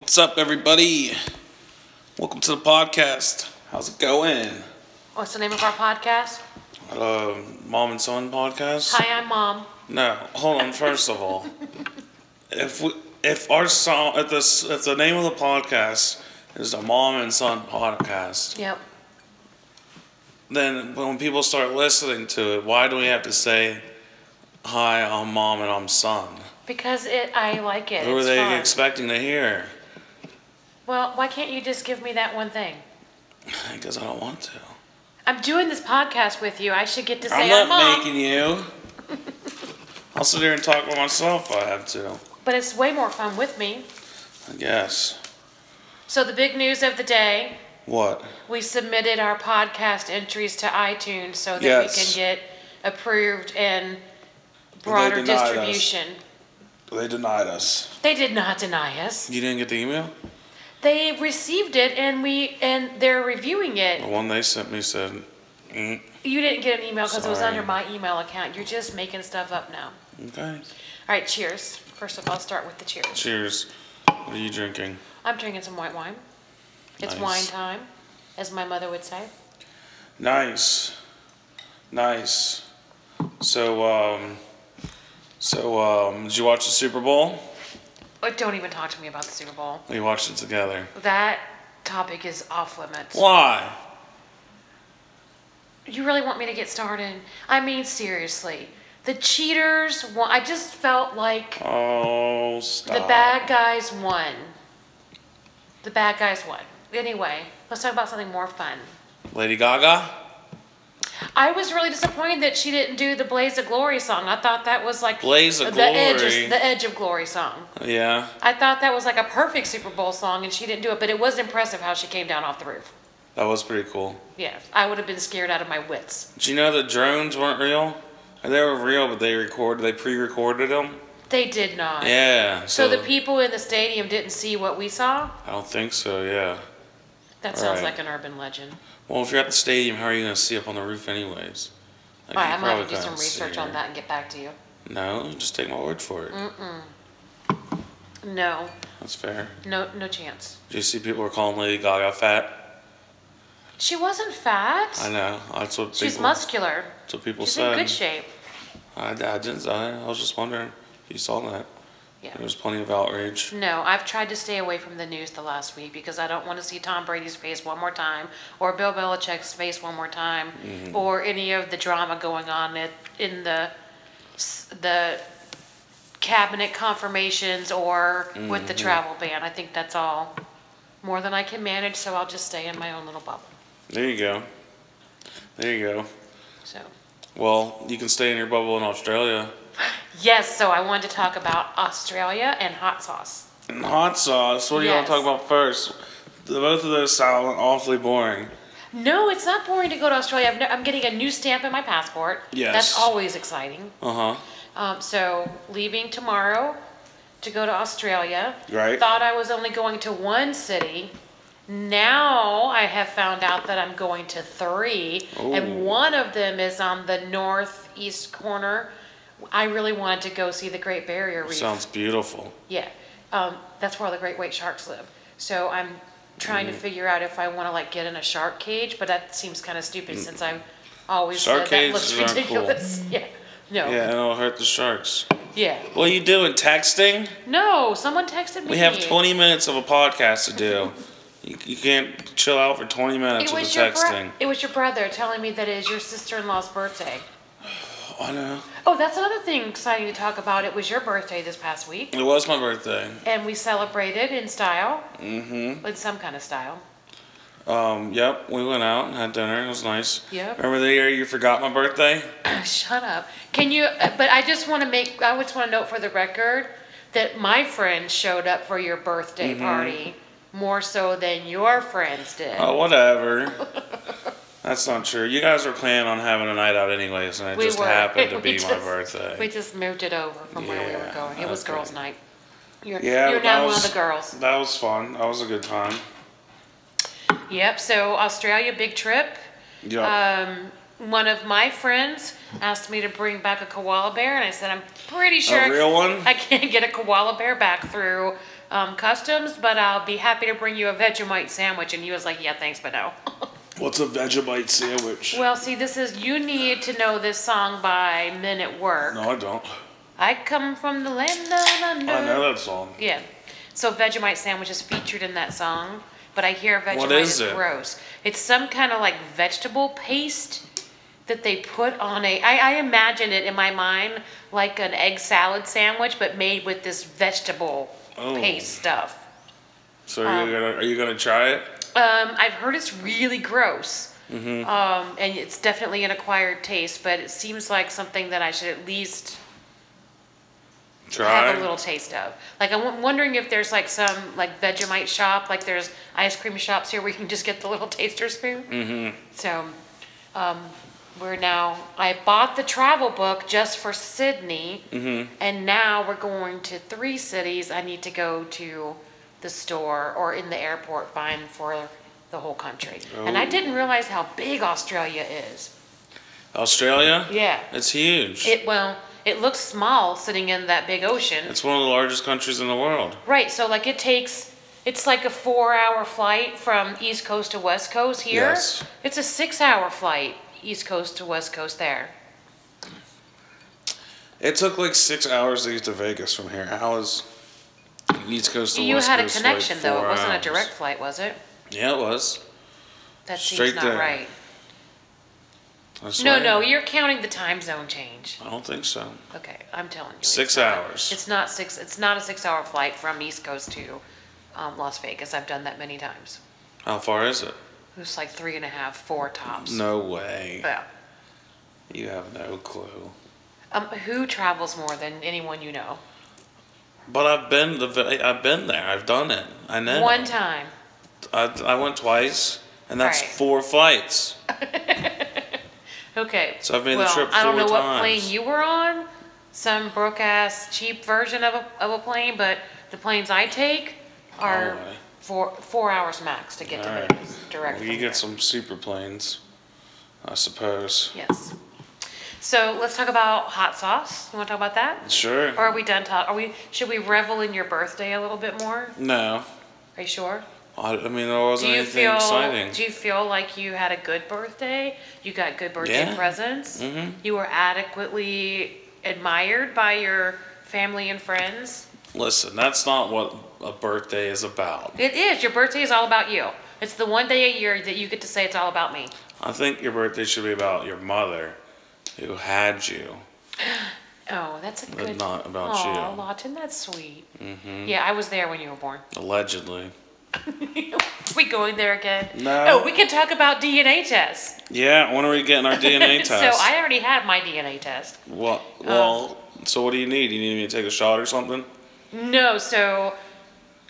What's up, everybody? Welcome to the podcast. How's it going? What's the name of our podcast? Uh, Mom and Son podcast? Hi, I'm Mom. No, hold on. First of all, if we, if our song, if the if the name of the podcast is the Mom and Son podcast, Yep. then when people start listening to it, why do we have to say, "Hi, I'm Mom and I'm Son"? Because it, I like it. Who are it's they fun. expecting to hear? well, why can't you just give me that one thing? Because I don't want to. I'm doing this podcast with you. I should get to say I'm not I'm, Mom. making you. I'll sit here and talk by myself if I have to. But it's way more fun with me. I guess. So the big news of the day: What? we submitted our podcast entries to iTunes so that Yes. we can get approved and broader denied us. distribution. They denied us. They did not deny us. You didn't get the email? They received it and we and they're reviewing it. The one they sent me said, mm, You didn't get an email because it was Sorry. under my email account. You're just making stuff up now. okay. All right, cheers. First of all, start with the cheers. Cheers. What are you drinking? I'm drinking some white wine. It's Nice. wine time, as my mother would say. Nice. Nice. So, um, so, um, did you watch the Super Bowl? But Oh, don't even talk to me about the Super Bowl. We watched it together. That topic is off limits. Why? You really want me to get started? I mean, seriously. The cheaters won. I just felt like Oh, stop. the bad guys won. The bad guys won. Anyway, let's talk about something more fun. Lady Gaga? I was really disappointed that she didn't do the Blaze of Glory song. I thought that was like Blaze of the edge, Glory. of, the edge of glory song. Yeah. I thought that was like a perfect Super Bowl song, and she didn't do it. But it was impressive how she came down off the roof. That was pretty cool. Yeah, I would have been scared out of my wits. Did you know that drones weren't real? They were real, but they recorded, they pre-recorded them. They did not. Yeah. So the people in the stadium didn't see what we saw. I don't think so. Yeah. That sounds Right. like an urban legend. Well, if you're at the stadium, how are you gonna see up on the roof, anyways? Like, All you right, I'm gonna have probably to do some can't see research on her. that Mm. and get back to you. No, just take my word for it. No, That's fair. no, no chance. Do you see people were calling Lady Gaga fat? She wasn't fat. I know. That's what She's people. muscular. That's what people She's said. in good shape. I, I didn't. I, I was just wondering if you saw that. Yeah. There was plenty of outrage. No, I've tried to stay away from the news the last week because I don't want to see Tom Brady's face one more time, or Bill Belichick's face one more time, or any of the drama going on at, in the s- the cabinet confirmations or with the travel ban. I think that's all more than I can manage, so I'll just stay in my own little bubble. There you go. There you go. So Well, you can stay in your bubble in Australia. yes, so I wanted to talk about Australia and hot sauce. And hot sauce. What do you want Yes. to talk about first? The, both of those sound awfully boring. No, it's not boring to go to Australia. I've ne- I'm getting a new stamp in my passport. Yes. that's always exciting. Uh huh. Um, so leaving tomorrow to go to Australia. Right. Thought I was only going to one city. Now I have found out that I'm going to three, Ooh. and one of them is on the northeast corner. I really wanted to go see the Great Barrier Reef. Sounds beautiful. Yeah, um, that's where all the great white sharks live. So I'm trying Mm. to figure out if I want to like get in a shark cage, but that seems kind of stupid since I've always Mm. Shark said that looks cages aren't cool. ridiculous. Yeah, no, Yeah, and it'll hurt the sharks. yeah. What are you doing? Texting? No, someone texted me. We have 20 minutes of a podcast to do. you, you can't chill out for 20 minutes It with was the your bro- texting. it was your brother telling me that it is your sister-in-law's birthday. I know. Oh, that's another thing exciting to talk about. It was your birthday this past week, It was my birthday. and we celebrated in style. Mm-hmm. With some kind of style. Um, yep, we went out and had dinner. It was nice. Yep. Remember the year you forgot my birthday? Shut up. Can you? uh, But I just want to make. I just want to note for the record that my friends showed up for your birthday Mm-hmm. party more so than your friends did. Oh, whatever. That's not true. You guys were planning on having a night out anyways, and it we just were. happened to we be my just- birthday. We just moved it over from where we Yeah, were going. It was okay. girls' night. You're, Yeah, you're that now one was- of the girls. That was fun. That was a good time. Yep. So Australia, big trip. Yeah. Um, one of my friends asked me to bring back a koala bear, and I said, I'm pretty sure real one? I can't get a koala bear back through um, customs, but I'll be happy to bring you a Vegemite sandwich. And he was like, yeah, thanks, but no. What's a Vegemite sandwich? well, see, this is, you need to know this song by Men at Work. No, I don't. I come from the land down under. I know that song. Yeah. So Vegemite sandwich is featured in that song, but I hear Vegemite What is is it? gross. It's some kind of like vegetable paste that they put on a. I, I imagine it in my mind like an egg salad sandwich, but made with this vegetable Oh. paste stuff. So are you gonna are you gonna try it? Um, I've heard it's really gross. Mm-hmm. Um, and it's definitely an acquired taste, but it seems like something that I should at least Try. have a little taste of. Like I'm w- wondering if there's like some like Vegemite shop, like there's ice cream shops here where you can just get the little taster spoon. Mm-hmm. So, um, we're now. I bought the travel book just for Sydney, and now we're going to three cities. I need to go to the store or in the airport find for the whole country. And I Oh. didn't realize how big Australia is. Australia. Yeah. It's huge. It well, it looks small sitting in that big ocean. it's one of the largest countries in the world. Right, so like it takes, it's like a four hour flight from East Coast to West Coast here. Yes. It's a six hour flight, East Coast to West Coast there. It took like six hours to get to Vegas from here. How is East Coast to you West had a Coast like connection though, it four wasn't hours? a direct flight, was it? Yeah, it was. That Straight seems not there. right. That's No, right. no, you're counting the time zone change. I don't think so. Okay, I'm telling you. it's Six not- hours. It's not six, it's not a six hour flight from East Coast to um, Las Vegas. I've done that many times. How far is it? It's like three and a half, four tops. No way. Yeah. You have no clue. Um, who travels more than anyone you know? But I've been the Ve- I've been there. I've done it. I know. One time. I, I went twice, and that's Right. four flights. Okay. So I've made the well, trip I don't four know what plane times. you were on. Some broke ass cheap version of a, of a plane, but the planes I take are Oh, I- four four hours max to get to All right. Vegas direct. Well, from you here. get some super planes, I suppose. Yes. So let's talk about hot sauce. You want to talk about that? Sure. Or are we done talking? Are we? Should we revel in your birthday a little bit more? No, Are you sure? I, I mean there wasn't do you anything feel? exciting. Do you feel like you had a good birthday? You got good birthday Yeah. presents. Mhm. You were adequately admired by your family and friends. Listen, that's not what a birthday is about. It is your birthday is all about you. It's the one day a year that you get to say it's all about me. I think your birthday should be about your mother, who had you. Oh, that's a But good. not about Aw, you. Mm-hmm. Lawton, that's sweet. Yeah, I was there when you were born. Allegedly. we going there again? No. Oh, we can talk about DNA tests. Yeah. When are we getting our DNA test? so I Oh. already had my DNA test. Well, well. so what do you need? You need me to take a shot or something? No, so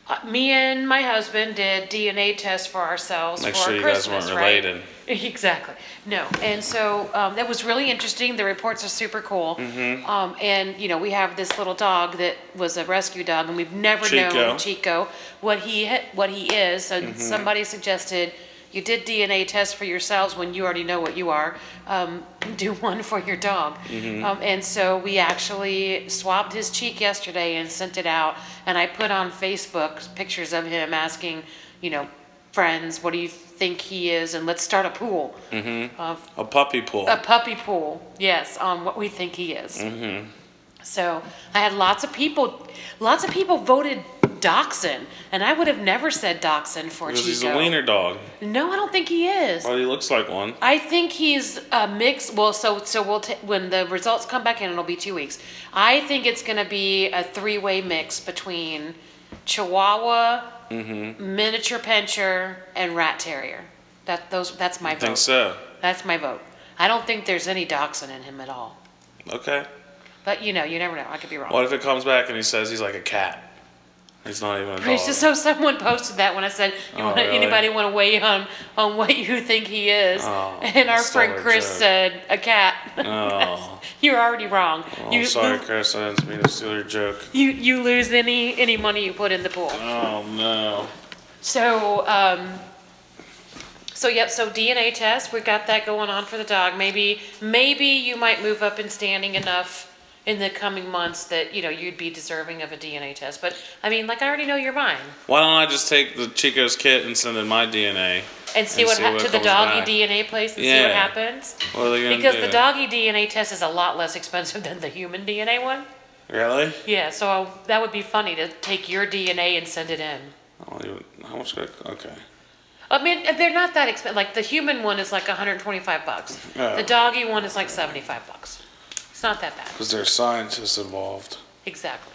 uh, me and my husband did DNA tests for ourselves Make for sure you guys Christmas, weren't right? related. Exactly. No, and so um, that was really interesting. The reports are super cool. Mm-hmm. Um, and you know, we have this little dog that was a rescue dog, and we've never Chico. known Chico what he ha- what he is. So somebody suggested. You did DNA tests for yourselves when you already know what you are. Um, do one for your dog. Um, and so we actually swabbed his cheek yesterday and sent it out. And I put on Facebook pictures of him asking, you know, friends, what do you think he is? And let's start a pool, of A puppy pool. a puppy pool. Yes, on what we think he is. Mm-hmm. So I had lots of people, lots of people voted dachshund, and I would have never said dachshund for Because Chico. he's a wiener dog. No, I don't think he is. Well, he looks like one. I think he's a mix. Well, so so we'll t- when the results come back in, it'll be two weeks. I think it's gonna be a three-way mix between Chihuahua, Mm-hmm. miniature pincher, and rat terrier. That those that's my I vote. think so. That's my vote. I don't think there's any dachshund in him at all. Okay. But you know, you never know. I could be wrong. What if it comes back and he says he's like a cat? He's not even a dog. It's just so someone posted that when I said, you Oh, wanna, really? anybody want to weigh in on on what you think he is?" Oh, and our stole friend our Chris joke. said, "A cat." Oh. You're already wrong. Oh, you, I'm sorry, Chris. I didn't mean to steal your joke. You you lose any any money you put in the pool. Oh no. So um, so yep. So DNA test, we got that going on for the dog. Maybe maybe you might move up in standing enough in the coming months that, you know, you'd be deserving of a DNA test. But, I mean, like, I already know you're mine. Why don't I just take the Chico's kit and send in my DNA? And see And what see hap what to the comes doggy back. DNA place and see Yeah. what happens. What are they gonna Because do? the doggy DNA test is a lot less expensive than the human DNA one. Really? Yeah, so that would be funny to take your DNA and send it in. Oh, you- How much? could it- Okay. I mean, they're not that expensive. Like the human one is like 125 bucks. Oh. The doggy one is like 75 bucks. It's not that bad. Because there's scientists involved. Exactly.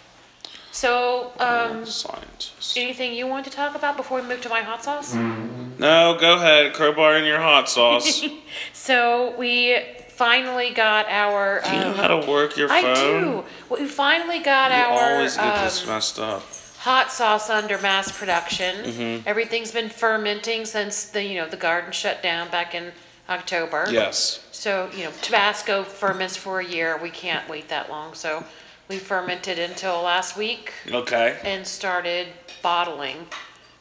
So, um, scientists. anything you want to talk about before we move to my hot sauce? Mm-hmm. No, go ahead. Crowbar in your hot sauce. Do So we finally got our. you know Um, how to work your I phone? do. We finally got You our always get um, this messed up. hot sauce under mass production. Mm-hmm. Everything's been fermenting since the you know the garden shut down back in October. Yes. So, you know, Tabasco ferments for a year, we can't wait that long, so we fermented until last week Okay. and started bottling.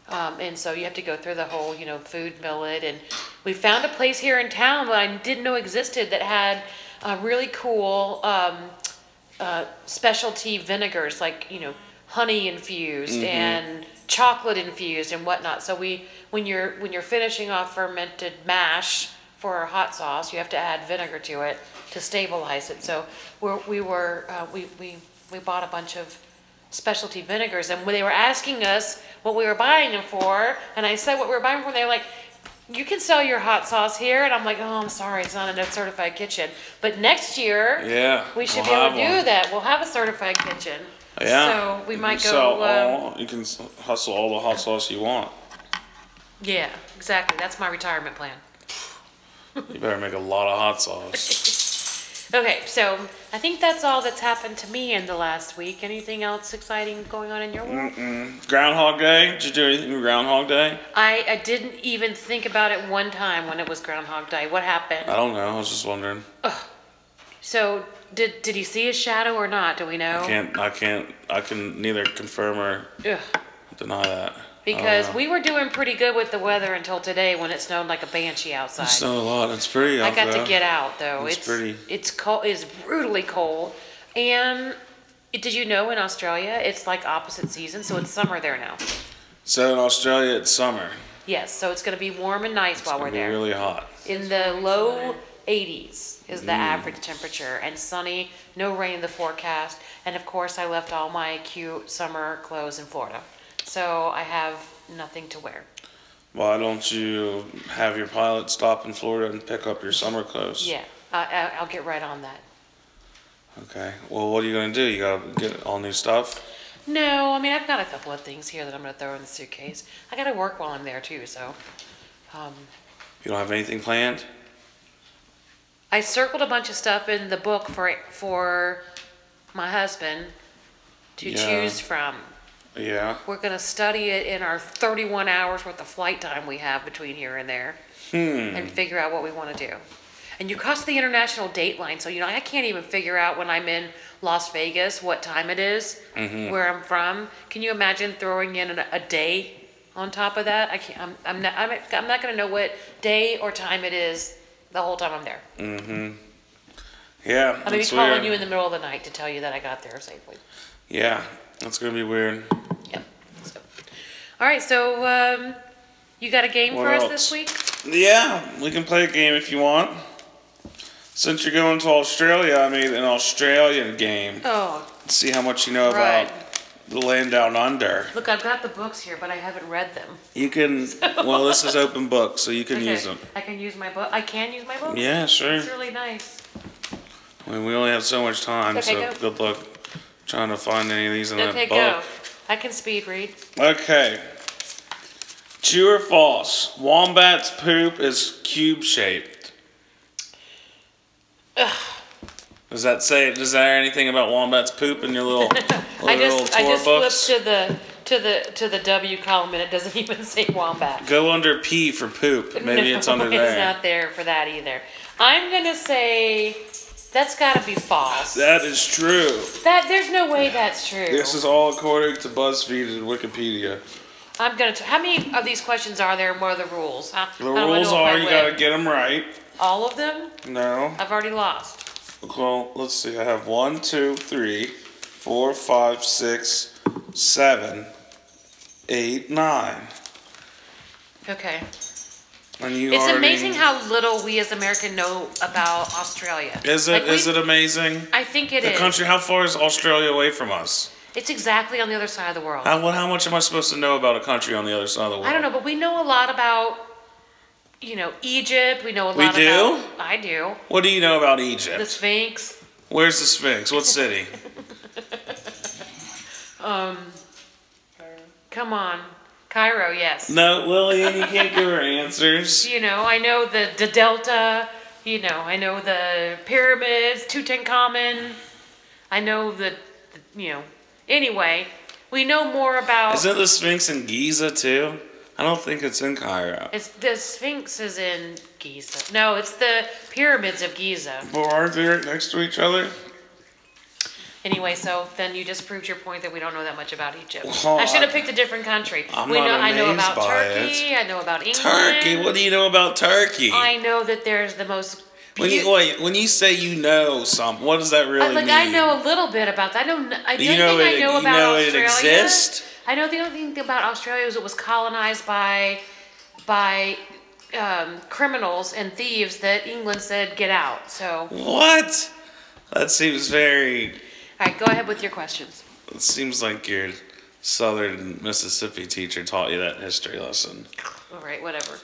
Um, and so you have to go through the whole, you know, food millet, and we found a place here in town that I didn't know existed that had uh, really cool um, uh, specialty vinegars, like you know, honey infused and chocolate infused and whatnot. So we, when you're when you're finishing off fermented mash for our hot sauce, you have to add vinegar to it to stabilize it. So we're, we were uh, we we we bought a bunch of specialty vinegars and when they were asking us what we were buying them for and i said what we were buying for and they were like you can sell your hot sauce here and i'm like oh i'm sorry it's not in a certified kitchen but next year Yeah. we should we'll be able to have do one. that we'll have a certified kitchen Yeah. so we You might can sell go um, all- you can s- hustle all the hot sauce you want. yeah exactly that's my retirement plan You better make a lot of hot sauce. okay so i think that's all that's happened to me in the last week anything else exciting going on in your Mm. world Groundhog Day? Did you do anything with Groundhog Day? I, I didn't even think about it one time when it was groundhog day what happened I don't know. I was just wondering. So did did he see his shadow or not? Do we know? Can't I can't I can neither confirm or Ugh. deny that. Uh. Because we were doing pretty good with the weather until today when it snowed like a banshee outside. It's not a lot. It's pretty. I out got there. to get out though. It's It's pretty. It's cold. It's brutally cold. And did you know in Australia it's like opposite season, so it's summer there now. So in Australia, it's summer. Yes, so it's going to be warm and nice while we're It'll be there. really hot. in the low 80s is the Mm. average temperature and sunny no rain in the forecast and of course i left all my cute summer clothes in florida so i have nothing to wear Why don't you have your pilot stop in Florida and pick up your summer clothes? yeah I, I, i'll get right on that Okay. Well, what are you gonna do? You gotta get all new stuff. no i mean i've got a couple of things here that i'm going to throw in the suitcase i got to work while i'm there too so um, You don't have anything planned. I circled a bunch of stuff in the book for for my husband to Yeah. choose from. Yeah. We're gonna study it in our thirty-one hours worth of flight time we have between here and there, and figure out what we want to do. And you cross the international date line, so you know I can't even figure out when I'm in Las Vegas what time it is, where I'm from. Can you imagine throwing in a, a day on top of that? I can't. I'm, I'm not. I'm, I'm not gonna know what day or time it is the whole time I'm there. Yeah. I'm gonna be it's calling weird. you in the middle of the night to tell you that I got there safely. Yeah. That's gonna be weird. Yep. So, all right. So um, you got a game for What us else? this week? Yeah, we can play a game if you want. Since you're going to Australia, I made an Australian game. Oh, See how much you know Right. about the land down under. look, I've got the books here, but I haven't read them. You can. Well, this is open book, so you can Okay. use them. I can use my book. I can use my book. Yeah, sure. It's really nice. I mean, we only have so much time, Okay, so go. good luck trying to find any of these in Okay, that go. book. I can speed read. Okay. True or false? Wombat's poop is cube shaped. Does that say? Does that add anything about wombat's poop in your little, I little just I tour just books? flipped to the to the to the W column and it doesn't even say wombat. Go under P for poop. Maybe No, it's under It's there. not there for that either. I'm gonna say that's gotta be false. That is true. That there's no way that's true. This is all according to BuzzFeed and Wikipedia. I'm gonna. T- how many of these questions are there? and What are the rules? How, The how do I know rules if are I you win? gotta get them right. all of them. No. I've already lost. well, let's see. I have one, two, three, four, five, six, seven, eight, nine. Okay. And you It's already, amazing how little we as American know about Australia. Is it? Like, Is we- it amazing? I think it The is. country. How far is Australia away from us? It's exactly on the other side of the world. How, what, how much am I supposed to know about a country on the other side of the world? I don't know, but we know a lot about, you know, Egypt. We know a lot We about. do? I do. What do you know about The Egypt? Sphinx. Where's the Sphinx? What city? Come on, Cairo. Yes. no, Lillian, you can't give her answers. You know, I know the the Delta. You know, I know the pyramids, Tutankhamun. I know the, the you know. Anyway, we know more about. Isn't the Sphinx in Giza too? I don't think it's in Cairo. It's the Sphinx is in Giza. No, it's the pyramids of Giza. But aren't they right next to each other? Anyway, so then you just proved your point that we don't know that much about Egypt. Well, I should have I- picked a different country. I'm we not know I know amazed about by Turkey. I know about England. Turkey. What do you know about Turkey? I know that there's the most. When beau- you wait, when you say you know something, what does that really I- like mean? I know a little bit about that. I know. n- I, the You only know thing it- I know you about know it Australia. exists? I know the only thing about Australia is it was colonized by, by, um, criminals and thieves that England said get out. So, all What? That seems very. right, go ahead with your questions. It seems like your Southern Mississippi teacher taught you that history lesson. All right, whatever.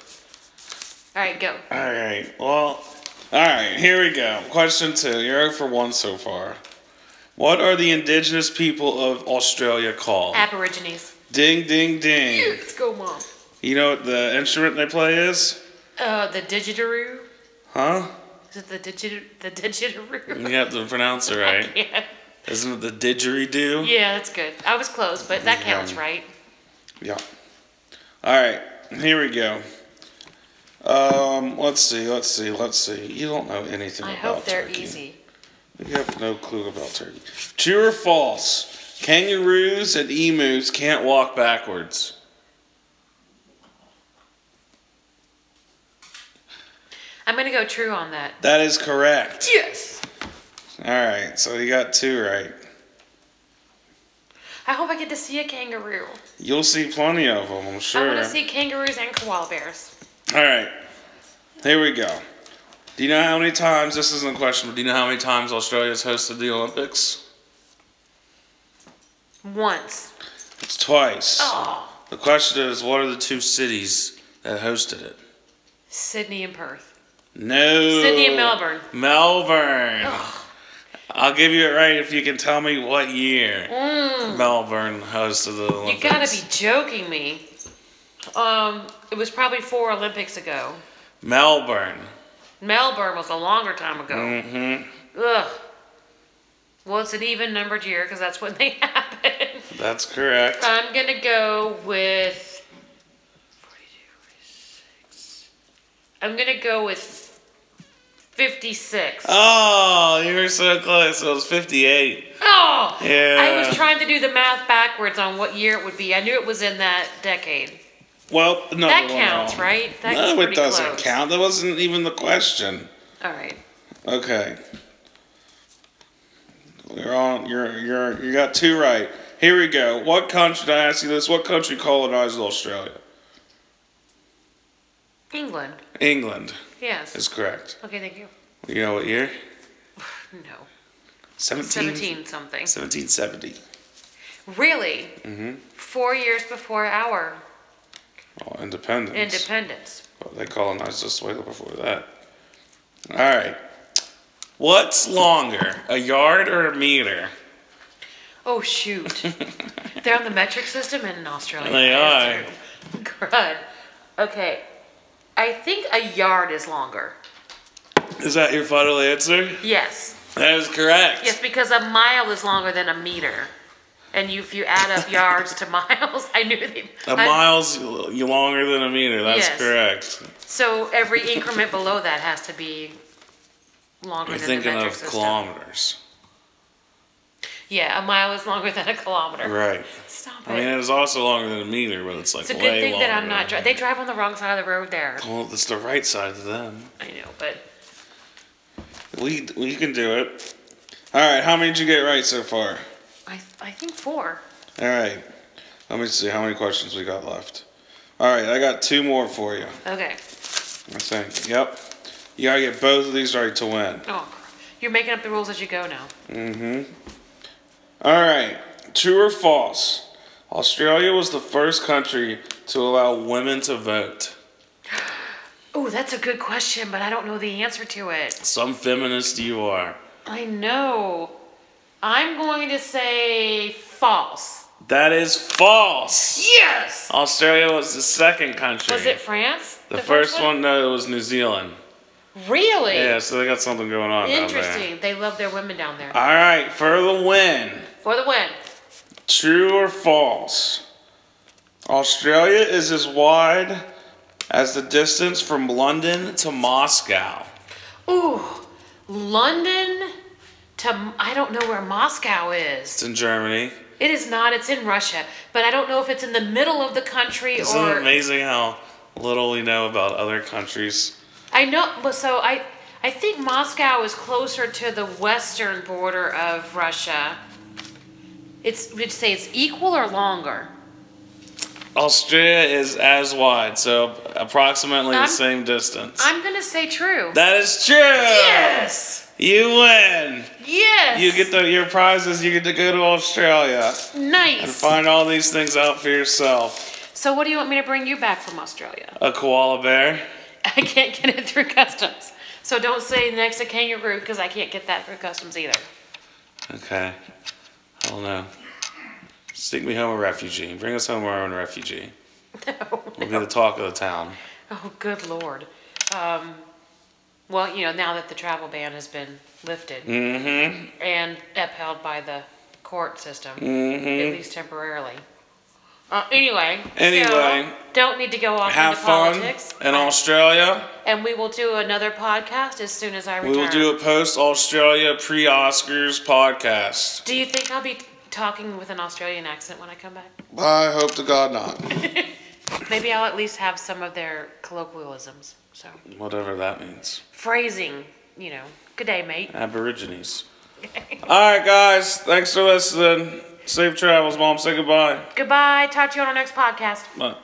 All right, go. All right. Well. All right. Here we go. Question two. You're out for one so far. What are the indigenous people of Australia called? Aborigines. ding, ding, ding. Let's go, mom. You know what the instrument they play is? Uh, the didgeridoo. Huh? Is it the digit the didgeridoo? You have to pronounce it right. yeah. Isn't it the didgeridoo? yeah, that's good. I was close, but that counts, right? Yeah. All right, here we go. Um, let's see, let's see, let's see. You don't know anything I about hope they're turkey. easy. You have no clue about turkey. True or false? Kangaroos and emus can't walk backwards. I'm gonna go true on that. That is correct. Yes. All right, so you got two right. I hope I get to see a kangaroo. You'll see plenty of them, I'm I sure. want to see kangaroos and koala bears. All right, here we go. Do you know how many times? This isn't a question, but do you know how many times Australia's hosted the Olympics? Once. It's twice. Oh, The question is, what are the two cities that hosted it? Sydney and Perth. No. Sydney and Melbourne. Melbourne. I'll give you it right if you can tell me what year Melbourne hosted the Mm. You Olympics. gotta be joking me. Um, it was probably four Olympics ago. Melbourne. Melbourne was a longer time ago. hmm Ugh. Well, it's an even numbered year because that's when they happen. That's correct. I'm gonna go with. 46. I'm gonna go with 56. Oh, you were so close. It was 58. oh! Yeah. I was trying to do the math backwards on what year it would be. I knew it was in that decade. Well, no. That counts, right? That's Oh, no, it pretty doesn't close. count. That wasn't even the question. All right. Okay. You're on. You're you're you got two right. Here we go. What country? Did I ask you this? What country colonized Australia? England. England Yes. is correct. Okay, thank you. You know what year? No. 17, 17 something. 1770. Really? Mm-hmm. Four years before our Well, independence. independence. But they colonized us way before that. All right. What's longer, a yard or a meter? Oh, shoot. They're on the metric system in Australia. They are. Good. Okay. I think a yard is longer. Is that your final answer? Yes. That is correct. Yes, because a mile is longer than a meter. And you, if you add up yards to miles, I knew they. A I- mile's longer than a meter. That's Yes. correct. So every increment below that has to be longer You're than the thinking metric of system. kilometers. Yeah, a mile is longer than a kilometer. Right. Stop it. I mean, it is also longer than a meter, but it's like It's a way good thing longer. that I'm not. Dri- they drive on the wrong side of the road there. well, it's the right side of them. I know, but We we can do it. All right. How many did you get right so far? I, I think four. All right. Let me see how many questions we got left. All right. I got two more for you. Okay. I think. Yep. You gotta get both of these right to win. Oh, you're making up the rules as you go now. All right. True or false? Australia was the first country to allow women to vote. Oh, that's a good question, but I don't know the answer to it. Some feminist you are. I know. I'm going to say false. That is false. Yes! Australia was the second country. Was it France? The, first, one? no, it was New Zealand. Really? Yeah, so they got something going on. down there. Interesting. They love their women down there. All right, for the win. For the win. True or false? Australia is as wide as the distance from London to Moscow. Ooh, London to I don't know where Moscow is. It's in Germany. It is not. It's in Russia, but I don't know if it's in the middle of the country Isn't or it amazing how little we know about other countries? I know. But so I I think Moscow is closer to the western border of Russia. It's we'd say it's equal or longer. Australia is as wide, so approximately the I'm- same distance. I'm gonna say true. that is true. yes. You win. Yes. You get the, your prizes. You get to go to Australia and nice. find all these things out for yourself. So what do you want me to bring you back from Australia? A koala bear. I can't get it through customs. So don't say next to kangaroo because I can't get that through customs either. Okay. I don't know. Stick me home a refugee. Bring us home our own refugee. We'll be the talk of the town. Oh, good lord. Um, well, you know, now that the travel ban has been lifted Mm-hmm. and upheld by the court system, at least temporarily. Uh, anyway. Mm-hmm. Anyway. so, don't need to go off Have into fun politics. in Australia. and we will do another podcast as soon as I return. We will do a post Australia pre Oscars podcast. Do you think I'll be talking with an Australian accent when I come back? I hope to God not. Maybe I'll at least have some of their colloquialisms. So Whatever that means. phrasing, you know, good day, mate. Aborigines. All right, guys. Thanks for listening. Safe travels, Mom. Say goodbye. Goodbye. Talk to you on our next podcast. Bye.